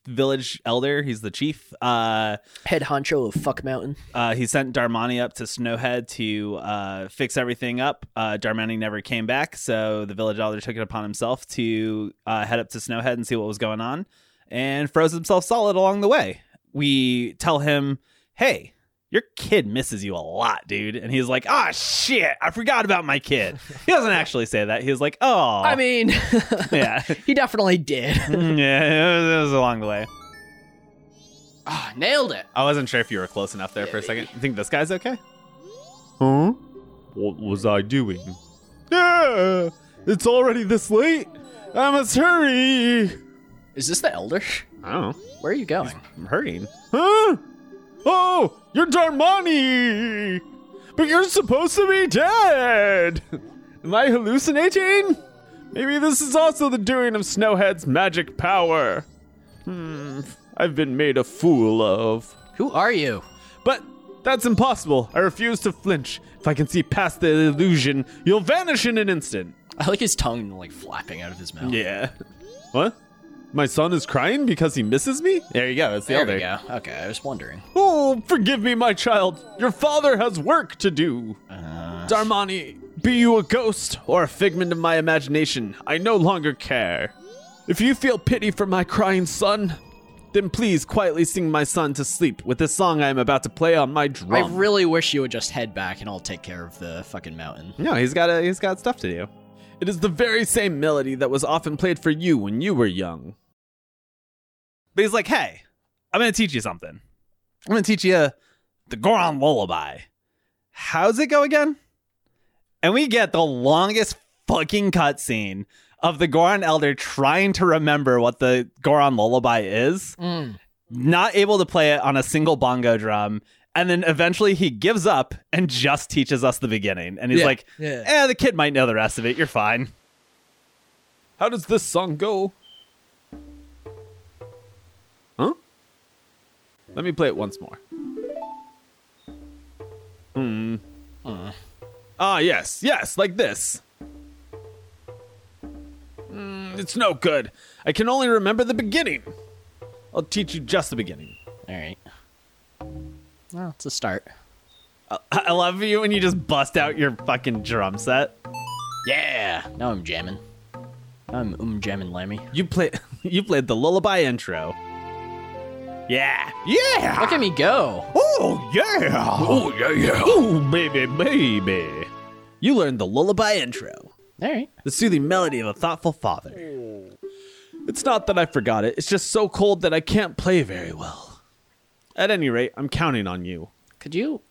Speaker 1: village elder. He's the chief. Uh,
Speaker 3: Head honcho of Fuck Mountain.
Speaker 1: uh he sent Darmani up to Snowhead to uh fix everything up. Uh, Darmani never came back, so the village elder took it upon himself to uh, head up to Snowhead and see what was going on, and froze himself solid along the way. We tell him, "Hey." Your kid misses you a lot, dude. And he's like, ah, shit, I forgot about my kid. He doesn't actually say that. He was like, oh.
Speaker 3: I mean,
Speaker 1: yeah.
Speaker 3: he definitely did.
Speaker 1: yeah, it was along the way.
Speaker 8: Ah, nailed it.
Speaker 1: I wasn't sure if you were close enough there for a second. You think this guy's okay? Huh? What was I doing? Yeah, it's already this late. I must hurry.
Speaker 8: Is this the elder?
Speaker 1: I don't know.
Speaker 8: Where are you going?
Speaker 1: I'm hurrying. Huh? Oh, you're Darmani, but you're supposed to be dead. Am I hallucinating? Maybe this is also the doing of Snowhead's magic power. Hmm, I've been made a fool of.
Speaker 8: Who are you?
Speaker 1: But that's impossible. I refuse to flinch. If I can see past the illusion, you'll vanish in an instant.
Speaker 8: I like his tongue like flapping out of his mouth.
Speaker 1: Yeah. What? My son is crying because he misses me? There you go. It's the
Speaker 8: There
Speaker 1: elder.
Speaker 8: we go. Okay, I was wondering.
Speaker 1: Oh, forgive me, my child. Your father has work to do. Uh, Darmani, be you a ghost or a figment of my imagination, I no longer care. If you feel pity for my crying son, then please quietly sing my son to sleep with this song I am about to play on my drum.
Speaker 8: I really wish you would just head back and I'll take care of the fucking mountain.
Speaker 1: No, he's got a, he's got stuff to do. It is the very same melody that was often played for you when you were young. But he's like, hey, I'm gonna teach you something. I'm gonna teach you the Goron lullaby. How's it go again? And we get the longest fucking cutscene of the Goron Elder trying to remember what the Goron lullaby is not able to play it on a single bongo drum. And then eventually he gives up and just teaches us the beginning. And he's like,
Speaker 3: yeah.
Speaker 1: eh, the kid might know the rest of it. You're fine. How does this song go? Huh? Let me play it once more. Hmm. Ah, yes, yes, like this. Mm, it's no good. I can only remember the beginning. I'll teach you just the beginning.
Speaker 8: All right. Well, it's a start.
Speaker 1: I love you when you just bust out your fucking drum set.
Speaker 8: Yeah. Now I'm jamming. Now I'm um jamming Lemmy.
Speaker 1: You play you played the lullaby intro. Yeah. Yeah.
Speaker 8: Look at me go.
Speaker 1: Oh yeah. Oh yeah yeah. Oh baby baby. You learned the lullaby intro.
Speaker 8: All right.
Speaker 1: the soothing melody of a thoughtful father. It's not that I forgot it, it's just so cold that I can't play very well. At any rate, I'm counting on you.
Speaker 8: Could you?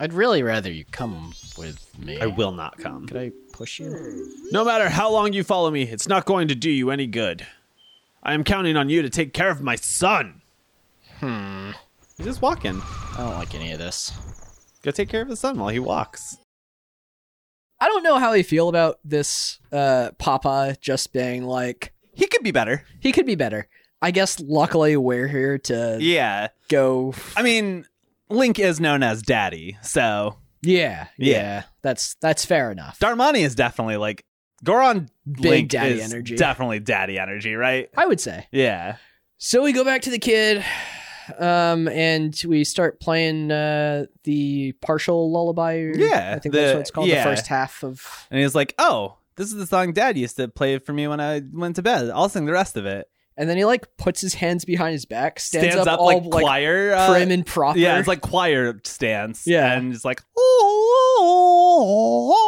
Speaker 8: I'd really rather you come with me.
Speaker 1: I will not come.
Speaker 8: Could I push you?
Speaker 1: No matter how long you follow me, it's not going to do you any good. I am counting on you to take care of my son. Hmm. He's just walking.
Speaker 8: I don't like any of this.
Speaker 1: Go take care of his son while he walks.
Speaker 3: I don't know how I feel about this uh, Papa just being like,
Speaker 1: He could be better.
Speaker 3: he could be better. I guess luckily we're here to
Speaker 1: Yeah.
Speaker 3: go.
Speaker 1: I mean, Link is known as Daddy, so
Speaker 3: Yeah,
Speaker 1: Yeah.
Speaker 3: yeah, That's that's fair enough.
Speaker 1: Darmani is definitely like Goron Link
Speaker 3: daddy
Speaker 1: is
Speaker 3: energy.
Speaker 1: Definitely daddy energy, right?
Speaker 3: I would say.
Speaker 1: Yeah.
Speaker 3: So we go back to the kid, um, and we start playing uh, the partial lullaby. or-
Speaker 1: Yeah,
Speaker 3: I think
Speaker 1: the-
Speaker 3: that's what it's called.
Speaker 1: yeah.
Speaker 3: The first half of,
Speaker 1: And he's like, "Oh, this is the song Dad used to play for me when I went to bed. I'll sing the rest of it."
Speaker 3: and then he like puts his hands behind his back, stands,
Speaker 1: Stands, up,
Speaker 3: all
Speaker 1: like, choir, uh,
Speaker 3: prim and proper.
Speaker 1: yeah, it's like choir stance.
Speaker 3: Yeah.
Speaker 1: and he's like,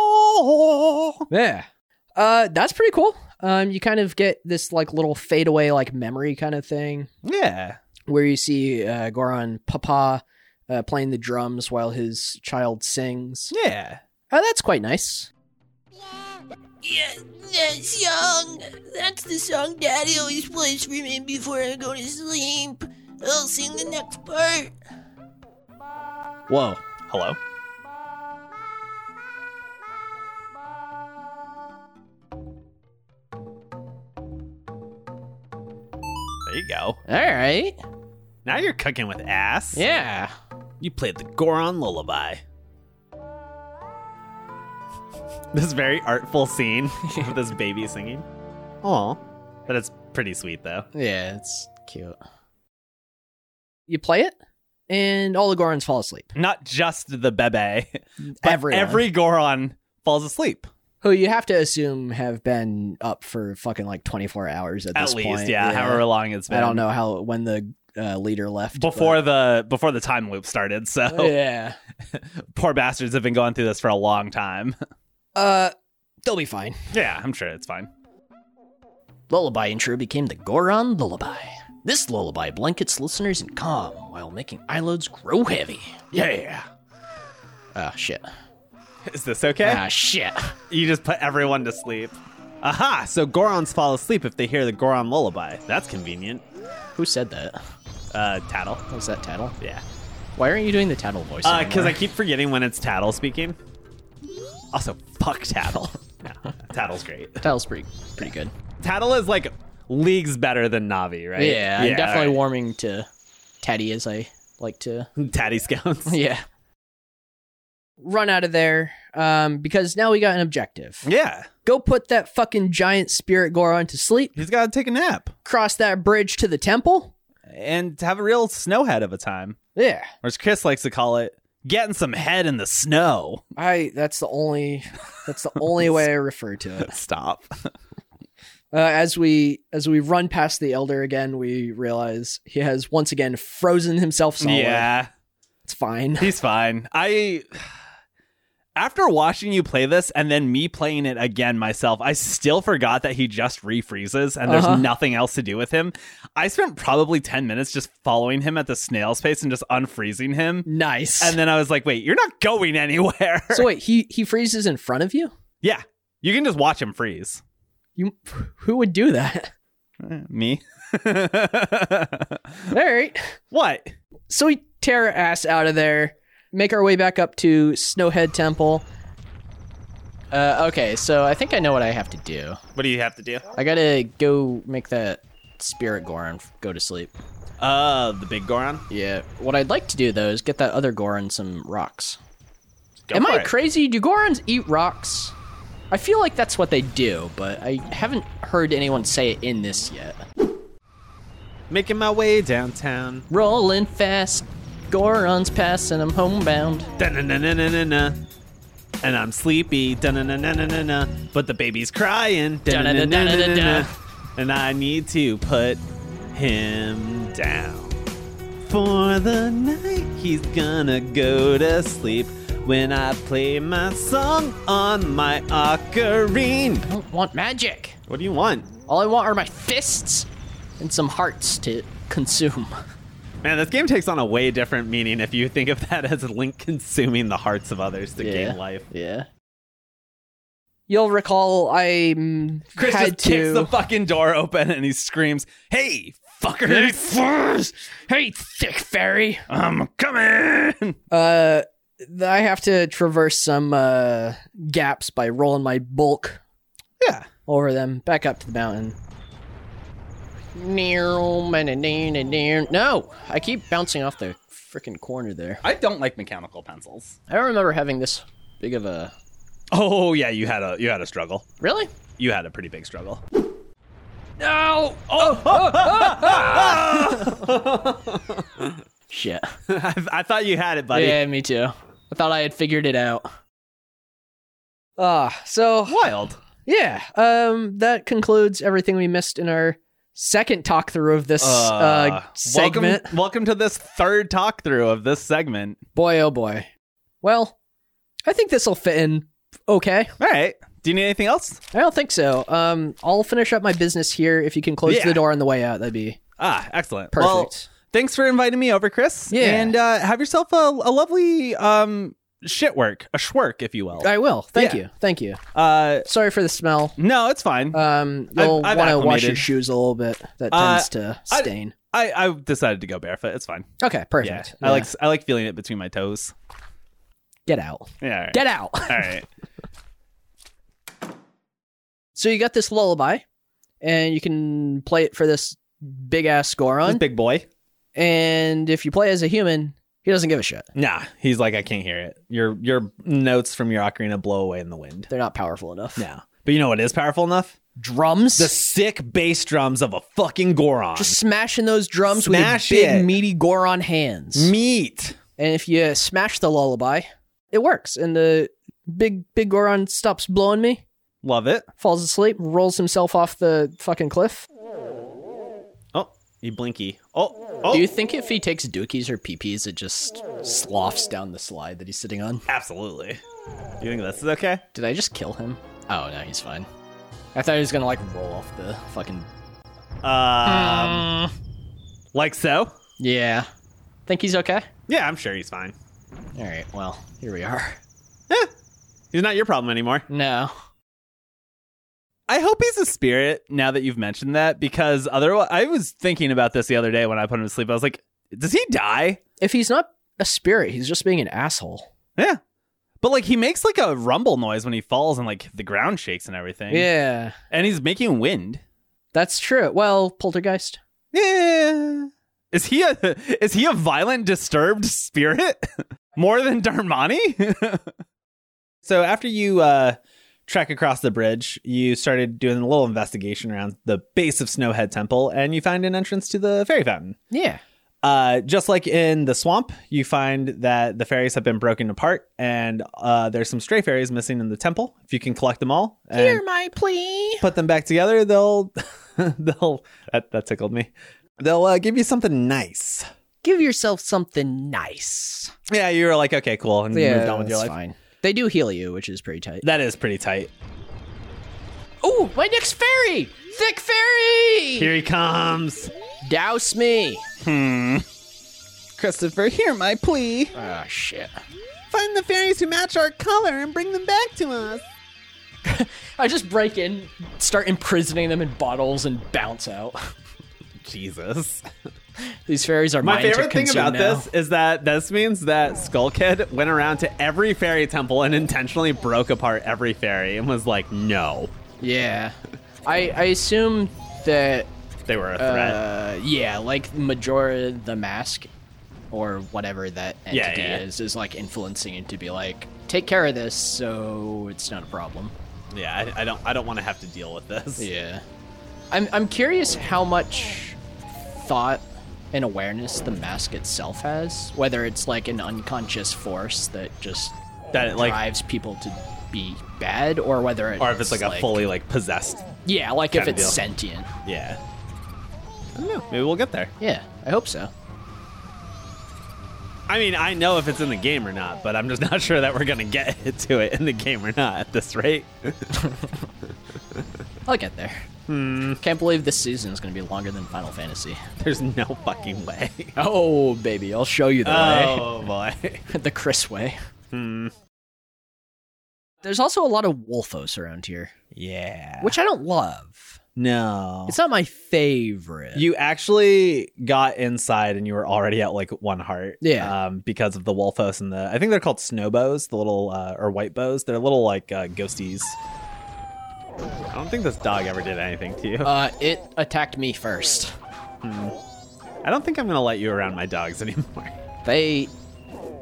Speaker 1: "Oh."
Speaker 3: Yeah. Uh, that's pretty cool. Um, you kind of get this like little fadeaway like memory kind of thing.
Speaker 1: Yeah,
Speaker 3: where you see uh, Goron Papa uh, playing the drums while his child sings.
Speaker 10: Yeah.
Speaker 3: Oh, that's quite nice.
Speaker 7: Yeah, that song. That's the song Daddy always plays for me before I go to sleep. I'll sing the next part.
Speaker 11: Whoa.
Speaker 1: Hello? There you go.
Speaker 11: All right.
Speaker 1: Now you're cooking with ass.
Speaker 11: Yeah.
Speaker 1: You played the Goron lullaby. This very artful scene of this baby singing. Aw. But it's pretty sweet, though.
Speaker 11: Yeah, it's cute.
Speaker 3: You play it, and all the Gorons fall asleep.
Speaker 1: Not just the bebe, but
Speaker 3: Everyone.
Speaker 1: every Goron falls asleep.
Speaker 3: Who you have to assume have been up for fucking like 24 hours at,
Speaker 1: At
Speaker 3: this
Speaker 1: least,
Speaker 3: point.
Speaker 1: yeah, however long it's been.
Speaker 3: I don't know how when the uh, leader left but-
Speaker 1: Before the before the time loop started, so
Speaker 11: Oh,
Speaker 3: Yeah.
Speaker 1: poor bastards have been going through this for a long time.
Speaker 3: Uh, they'll be fine.
Speaker 1: yeah, I'm sure it's fine.
Speaker 11: Lullaby intro became the Goron Lullaby. This lullaby blankets listeners in calm while making eye loads grow heavy. Yeah. Ah, shit.
Speaker 1: Is this okay?
Speaker 11: Ah, shit.
Speaker 1: You just put everyone to sleep. Aha! So Gorons fall asleep if they hear the Goron lullaby. That's convenient.
Speaker 11: Who said that?
Speaker 1: Uh, Tattle.
Speaker 11: Was that Tattle?
Speaker 1: Yeah.
Speaker 11: Why aren't you doing the Tattle voice?
Speaker 1: Uh, because
Speaker 11: anymore?
Speaker 1: I keep forgetting when it's Tattle speaking. Also, fuck Tattle. Nah, Tattle's great.
Speaker 11: Tattle's pretty, pretty good.
Speaker 1: Tattle is like leagues better than Navi, right?
Speaker 11: Yeah, I'm definitely warming to Teddy as I like to.
Speaker 1: right. Tatty Scouts.
Speaker 11: Yeah.
Speaker 3: Run out of there, um, because now we got an objective.
Speaker 1: yeah.
Speaker 3: Go put that fucking giant spirit Goron to sleep.
Speaker 1: He's got to take a nap
Speaker 3: Cross that bridge to the temple.
Speaker 1: and have a real snowhead of a time.
Speaker 3: Yeah,
Speaker 1: Or as Chris likes to call it, getting some head in the snow.
Speaker 3: I. That's the only. That's the only way I refer to it.
Speaker 1: Stop.
Speaker 3: Uh, as we as we run past the elder again, we realize he has once again frozen himself solid.
Speaker 1: Yeah.
Speaker 3: it's fine.
Speaker 1: He's fine. I after watching you play this and then me playing it again myself, I still forgot that he just refreezes and there's
Speaker 3: Uh-huh.
Speaker 1: nothing else to do with him. I spent probably 10 minutes just following him at the snail's pace and just unfreezing him.
Speaker 3: Nice.
Speaker 1: And then I was like, "Wait, you're not going anywhere."
Speaker 3: so wait, he he freezes in front of you.
Speaker 1: yeah. You can just watch him freeze.
Speaker 3: You who would do that?
Speaker 1: Eh, Me?
Speaker 3: All right.
Speaker 1: what?
Speaker 3: So we tear our ass out of there, make our way back up to Snowhead Temple.
Speaker 11: Uh, okay, so I think I know what I have to do.
Speaker 1: What do you have to do?
Speaker 11: I gotta go make that spirit Goron f- go to sleep.
Speaker 1: Uh, the big Goron.
Speaker 11: Yeah. What I'd like to do though is get that other Goron some rocks.
Speaker 1: Go
Speaker 11: Am
Speaker 1: for
Speaker 11: I
Speaker 1: it.
Speaker 11: crazy? Do Gorons eat rocks? I feel like that's what they do, but I haven't heard anyone say it in this yet.
Speaker 1: Making my way downtown.
Speaker 11: Rolling fast, Gorons passing, I'm homebound.
Speaker 1: Da-na-na-na-na-na. And I'm sleepy, da-na-na-na-na-na. but the baby's crying, da-na-na-na-na-na. and I need to put him down. For the night, he's gonna go to sleep when I play my song on my ocarine.
Speaker 11: I don't want magic.
Speaker 1: What do you want?
Speaker 11: All I want are my fists and some hearts to consume.
Speaker 1: Man, this game takes on a way different meaning if you think of that as Link consuming the hearts of others to gain life.
Speaker 11: Yeah.
Speaker 3: You'll recall I mm,
Speaker 1: Chris
Speaker 3: had
Speaker 1: just kicks
Speaker 3: to.
Speaker 1: the fucking door open and he screams, "Hey, fuckers!
Speaker 3: hey, thick fairy. Um,
Speaker 1: I'm coming!"
Speaker 3: Uh, th- I have to traverse some uh gaps by rolling my bulk.
Speaker 1: Yeah.
Speaker 3: Over them, back up to the mountain.
Speaker 11: No, I keep bouncing off the freaking corner there.
Speaker 1: I don't like mechanical pencils.
Speaker 11: I don't remember having this big of a.
Speaker 1: Oh yeah, you had a you had a struggle.
Speaker 11: Really?
Speaker 1: You had a pretty big struggle.
Speaker 11: No! Shit.
Speaker 1: I, I thought you had it, buddy.
Speaker 11: Yeah, me too. I thought I had figured it out.
Speaker 3: Ah, so
Speaker 1: Wild.
Speaker 3: yeah, um, that concludes everything we missed in our second talk through of this uh, segment.
Speaker 1: Welcome, welcome to this third talk through of this segment.
Speaker 3: Boy, oh boy. Well, I think this will fit in okay.
Speaker 1: All right. Do you need anything else?
Speaker 3: I don't think so. Um, I'll finish up my business here. If you can close
Speaker 1: Yeah.
Speaker 3: the door on the way out, that'd be
Speaker 1: Ah, excellent.
Speaker 3: perfect.
Speaker 1: Well, Thanks for inviting me over, Chris.
Speaker 3: Yeah.
Speaker 1: And uh, have yourself a, a lovely um, shit work, a schwerk, if you will.
Speaker 3: I will. Thank
Speaker 1: Yeah.
Speaker 3: you. Thank you.
Speaker 1: Uh,
Speaker 3: Sorry for the smell.
Speaker 1: no, it's fine.
Speaker 3: Um,
Speaker 1: I've-
Speaker 3: you'll
Speaker 1: I've
Speaker 3: want to wash your
Speaker 1: acclimated.
Speaker 3: shoes a little bit. That
Speaker 1: Uh,
Speaker 3: tends to
Speaker 1: I-
Speaker 3: stain.
Speaker 1: I, I decided to go barefoot. It's fine.
Speaker 3: okay,
Speaker 1: Yeah.
Speaker 3: perfect.
Speaker 1: I like I like feeling it between my toes.
Speaker 3: get out.
Speaker 1: Yeah. all right.
Speaker 3: Get out.
Speaker 1: All right.
Speaker 3: so you got this lullaby, and you can play it for this big ass
Speaker 1: This
Speaker 3: Goron.
Speaker 1: big boy.
Speaker 3: and if you play as a human, he doesn't give a shit.
Speaker 1: Nah, he's like I can't hear it. Your your notes from your ocarina blow away in the wind.
Speaker 3: They're not powerful enough.
Speaker 1: No. But you know what is powerful enough?
Speaker 3: Drums.
Speaker 1: The sick bass drums of a fucking Goron.
Speaker 3: just smashing those drums
Speaker 1: Smash
Speaker 3: with your big
Speaker 1: it.
Speaker 3: meaty Goron hands.
Speaker 1: meat.
Speaker 3: And if you smash the lullaby, it works. And the big big Goron stops blowing me,
Speaker 1: Love it.
Speaker 3: falls asleep, rolls himself off the fucking cliff.
Speaker 1: Oh, he blinky. Oh, oh.
Speaker 4: Do you think if he takes dookies or peepees, it just sloughs down the slide that he's sitting on?
Speaker 1: Absolutely. You think this is okay?
Speaker 4: Did I just kill him? Oh no, he's fine. I thought he was gonna like roll off the fucking.
Speaker 1: Um, like so?
Speaker 4: Yeah. Think he's okay?
Speaker 1: Yeah, I'm sure he's fine.
Speaker 4: All right. Well, here we are.
Speaker 1: He's not your problem anymore.
Speaker 4: No.
Speaker 1: I hope he's a spirit now that you've mentioned that because otherwise, I was thinking about this the other day when I put him to sleep. I was like, does he die?
Speaker 3: If he's not a spirit, he's just being an asshole.
Speaker 1: Yeah. But like, he makes like a rumble noise when he falls and like the ground shakes and everything.
Speaker 3: Yeah,
Speaker 1: And he's making wind.
Speaker 3: that's true. Well, poltergeist.
Speaker 1: Yeah. Is he a is he a violent, disturbed spirit more than Darmani? so after you uh, trek across the bridge, you started doing a little investigation around the base of Snowhead Temple, and you find an entrance to the fairy fountain.
Speaker 3: Yeah.
Speaker 1: Uh, just like in the swamp, you find that the fairies have been broken apart, and uh, there's some stray fairies missing in the temple. If you can collect them all, and
Speaker 3: my plea.
Speaker 1: put them back together, they'll they'll that, that tickled me. They'll uh, give you something nice.
Speaker 3: Give yourself something nice.
Speaker 1: Yeah, you were like, okay, cool, and you
Speaker 3: Yeah,
Speaker 1: moved on with your
Speaker 3: that's
Speaker 1: life.
Speaker 3: fine. They do heal you, which is pretty tight.
Speaker 1: That is pretty tight.
Speaker 4: Oh, my next fairy! Thick fairy!
Speaker 1: Here he comes,
Speaker 4: Douse me!
Speaker 1: Christopher. Hear my plea:
Speaker 4: Oh shit.
Speaker 1: find the fairies who match our color and bring them back to us.
Speaker 4: I just break in, start imprisoning them in bottles, and bounce out.
Speaker 1: Jesus.
Speaker 4: These fairies are
Speaker 1: My
Speaker 4: mine
Speaker 1: favorite
Speaker 4: to
Speaker 1: thing
Speaker 4: consume
Speaker 1: about
Speaker 4: now.
Speaker 1: this is that this means that Skull Kid went around to every fairy temple and intentionally broke apart every fairy and was like, no,
Speaker 4: Yeah. I I assume that
Speaker 1: they were a threat.
Speaker 4: uh yeah, like Majora the Mask or whatever that
Speaker 1: Yeah,
Speaker 4: entity
Speaker 1: yeah.
Speaker 4: is is like influencing it to be like, take care of this so it's not a problem.
Speaker 1: yeah, I, I don't, I don't want to have to deal with this.
Speaker 4: Yeah. I'm I'm curious how much thought and awareness the mask itself has, whether it's like an unconscious force that just
Speaker 1: That it, like
Speaker 4: drives people to be bad or whether it's
Speaker 1: or if it's like a fully like possessed.
Speaker 4: Yeah, like if
Speaker 1: kinda
Speaker 4: it's
Speaker 1: deal.
Speaker 4: sentient.
Speaker 1: Yeah. I don't know. Maybe we'll get there.
Speaker 4: Yeah, I hope so.
Speaker 1: I mean, I know if it's in the game or not, but I'm just not sure that we're gonna get to it in the game or not at this rate.
Speaker 4: I'll get there. Can't believe this season is going to be longer than Final Fantasy.
Speaker 1: There's no fucking way.
Speaker 4: Oh, baby, I'll show you the
Speaker 1: Oh boy.
Speaker 4: way. Hmm. the Chris way.
Speaker 3: There's also a lot of wolfos around here,
Speaker 1: Yeah.
Speaker 3: which I don't love.
Speaker 1: No.
Speaker 3: It's not my favorite.
Speaker 1: You actually got inside and you were already at like one heart.
Speaker 3: Yeah.
Speaker 1: Um, because of the Wolfos and the I think they're called snowbows, the little uh, or white bows. They're little like uh, ghosties. I don't think this dog ever did anything to you.
Speaker 4: Uh, it attacked me first.
Speaker 1: I don't think I'm gonna let you around my dogs anymore.
Speaker 4: They,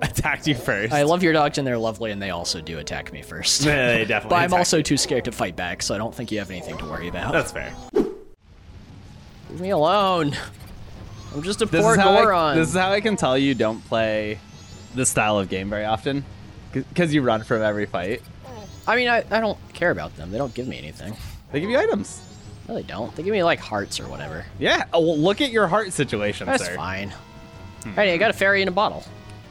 Speaker 1: Attacked you first.
Speaker 4: I love your dogs and they're lovely, and they also do attack me first.
Speaker 1: Yeah, they definitely.
Speaker 4: but I'm
Speaker 1: attacked
Speaker 4: also too scared to fight back, so I don't think you have anything to worry about.
Speaker 1: That's fair.
Speaker 4: Leave me alone. I'm just a
Speaker 12: This
Speaker 4: poor
Speaker 12: is how I-
Speaker 4: Goron.
Speaker 12: this is how I can tell you don't play this style of game very often, because you run from every fight.
Speaker 4: I mean, I, I don't care about them. They don't give me anything.
Speaker 12: They give you items.
Speaker 4: No, they don't. They give me like hearts or whatever.
Speaker 12: Yeah. Oh, well, look at your heart situation,
Speaker 4: That's
Speaker 12: sir.
Speaker 4: fine.
Speaker 12: Hmm.
Speaker 4: Hey, I got a fairy in a bottle.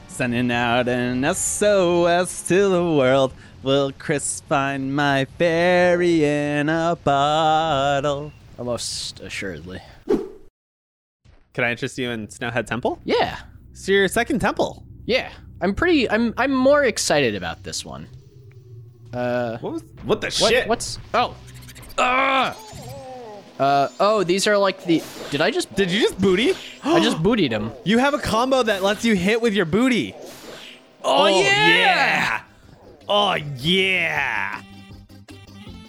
Speaker 12: Sending out an SOS to the world. Will Chris find my fairy in a bottle?
Speaker 4: Almost assuredly.
Speaker 1: Can I interest you in Snowhead Temple?
Speaker 3: Yeah,
Speaker 1: It's your second temple.
Speaker 3: yeah. I'm pretty. I'm. I'm more excited about this one. Uh,
Speaker 1: What was? What the
Speaker 3: what,
Speaker 1: shit?
Speaker 3: what's? Oh, ah. Uh, oh, these are like the. Did I just?
Speaker 1: Did you just booty?
Speaker 3: I just bootied him.
Speaker 1: You have a combo that lets you hit with your booty. Oh, yeah! Oh yeah!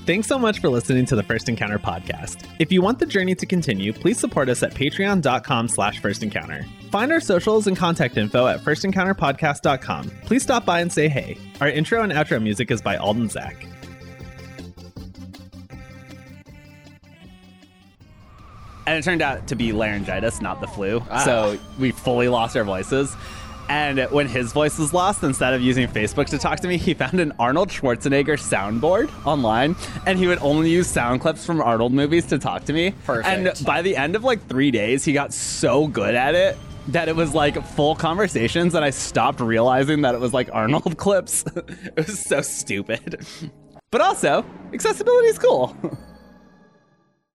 Speaker 1: Thanks so much for listening to the First Encounter podcast. If you want the journey to continue, please support us at patreon.com slash first encounter. Find our socials and contact info at firstencounterpodcast.com. Please stop by and say hey. Our intro and outro music is by Alden Zach. and it turned out to be laryngitis, not the flu. So we fully lost our voices. And when his voice was lost, instead of using Facebook to talk to me, he found an Arnold Schwarzenegger soundboard online, and he would only use sound clips from Arnold movies to talk to me.
Speaker 3: Perfect.
Speaker 1: And by the end of like three days, he got so good at it that it was like full conversations, and I stopped realizing that it was like Arnold clips. it was so stupid. But also, accessibility is cool.